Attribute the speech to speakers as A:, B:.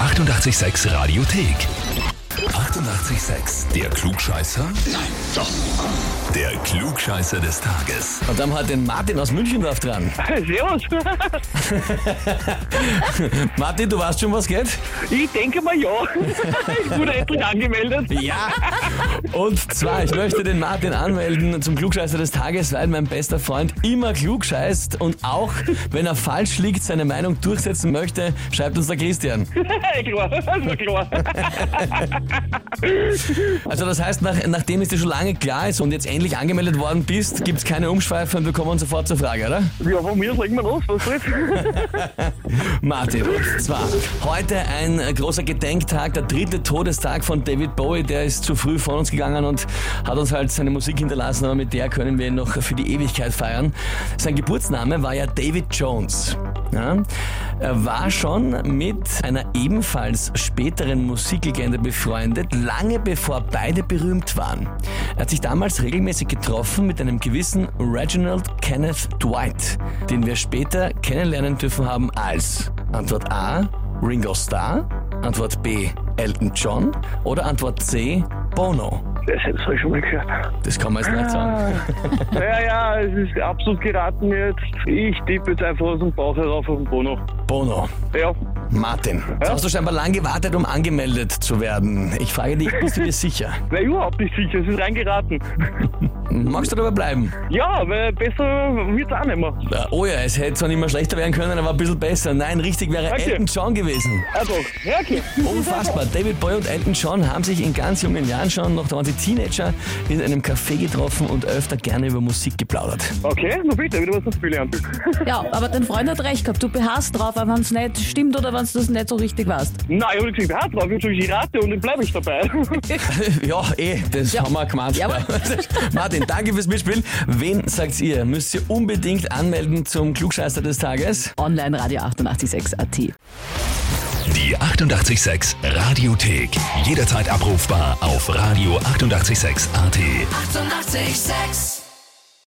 A: 886 Radiothek. 88,6. Der Klugscheißer? Nein, doch. Der Klugscheißer des Tages.
B: Und dann hat den Martin aus Münchensdorf dran.
C: Servus.
B: Martin, du weißt schon, was geht?
C: Ich denke mal ja. Ich wurde endlich angemeldet.
B: Ja. Und zwar, ich möchte den Martin anmelden zum Klugscheißer des Tages, weil mein bester Freund immer klugscheißt und auch, wenn er falsch liegt, seine Meinung durchsetzen möchte, schreibt uns der Christian.
C: Klar, also klar.
B: Also das heißt, nach, nachdem es dir schon lange klar ist und jetzt endlich angemeldet worden bist, gibt's keine Umschweife und wir kommen sofort zur Frage, oder?
C: Ja, von mir aus legen wir los. Was soll's?
B: Martin, und zwar heute ein äh, großer Gedenktag, der dritte Todestag von David Bowie. Der ist zu früh von uns gegangen und hat uns halt seine Musik hinterlassen, aber mit der können wir ihn noch für die Ewigkeit feiern. Sein Geburtsname war ja David Jones. Ja, er war schon mit einer ebenfalls späteren Musiklegende befreundet, lange bevor beide berühmt waren. Er hat sich damals regelmäßig getroffen mit einem gewissen Reginald Kenneth Dwight, den wir später kennenlernen dürfen haben als Antwort A Ringo Starr, Antwort B Elton John oder Antwort C Bono.
C: Das habe ich schon mal gehört.
B: Das kann man jetzt nicht sagen.
C: Ja, ja, es ist absolut geraten jetzt. Ich tippe jetzt einfach aus dem Bauch herauf auf den Bono.
B: Bono.
C: Ja,
B: Martin, jetzt hast du scheinbar lang gewartet, um angemeldet zu werden. Ich frage dich, bist du dir sicher?
C: wäre überhaupt nicht sicher. Es ist reingeraten.
B: Magst du dabei bleiben?
C: Ja, weil besser wird's auch nicht mehr.
B: Äh, Oh ja, es hätte zwar nicht mehr schlechter werden können, aber ein bisschen besser. Nein, richtig wäre
C: Danke.
B: Elton John gewesen.
C: Also, ja, okay.
B: Unfassbar. David Boy und Elton John haben sich in ganz jungen Jahren schon, noch da waren sie Teenager, in einem Café getroffen und öfter gerne über Musik geplaudert.
C: Okay, na bitte, wieder was zu Spiele an.
D: Ja, aber dein Freund hat recht gehabt. Du beharrst drauf, wenn es nicht stimmt oder wenn du das nicht so richtig weißt.
C: Nein, ich habe gesagt, ja, drauf, ich natürlich rate und dann bleibe ich dabei.
B: ja, eh, das
D: Ja.
B: haben wir gemacht.
D: Jawohl.
B: Martin, danke fürs Mitspielen. Wen sagt ihr? Müsst ihr unbedingt anmelden zum Klugscheißer des Tages?
D: Online Radio 886 AT.
A: Die 88,6 Radiothek. Jederzeit abrufbar auf radio886.at. 88,6.
E: 886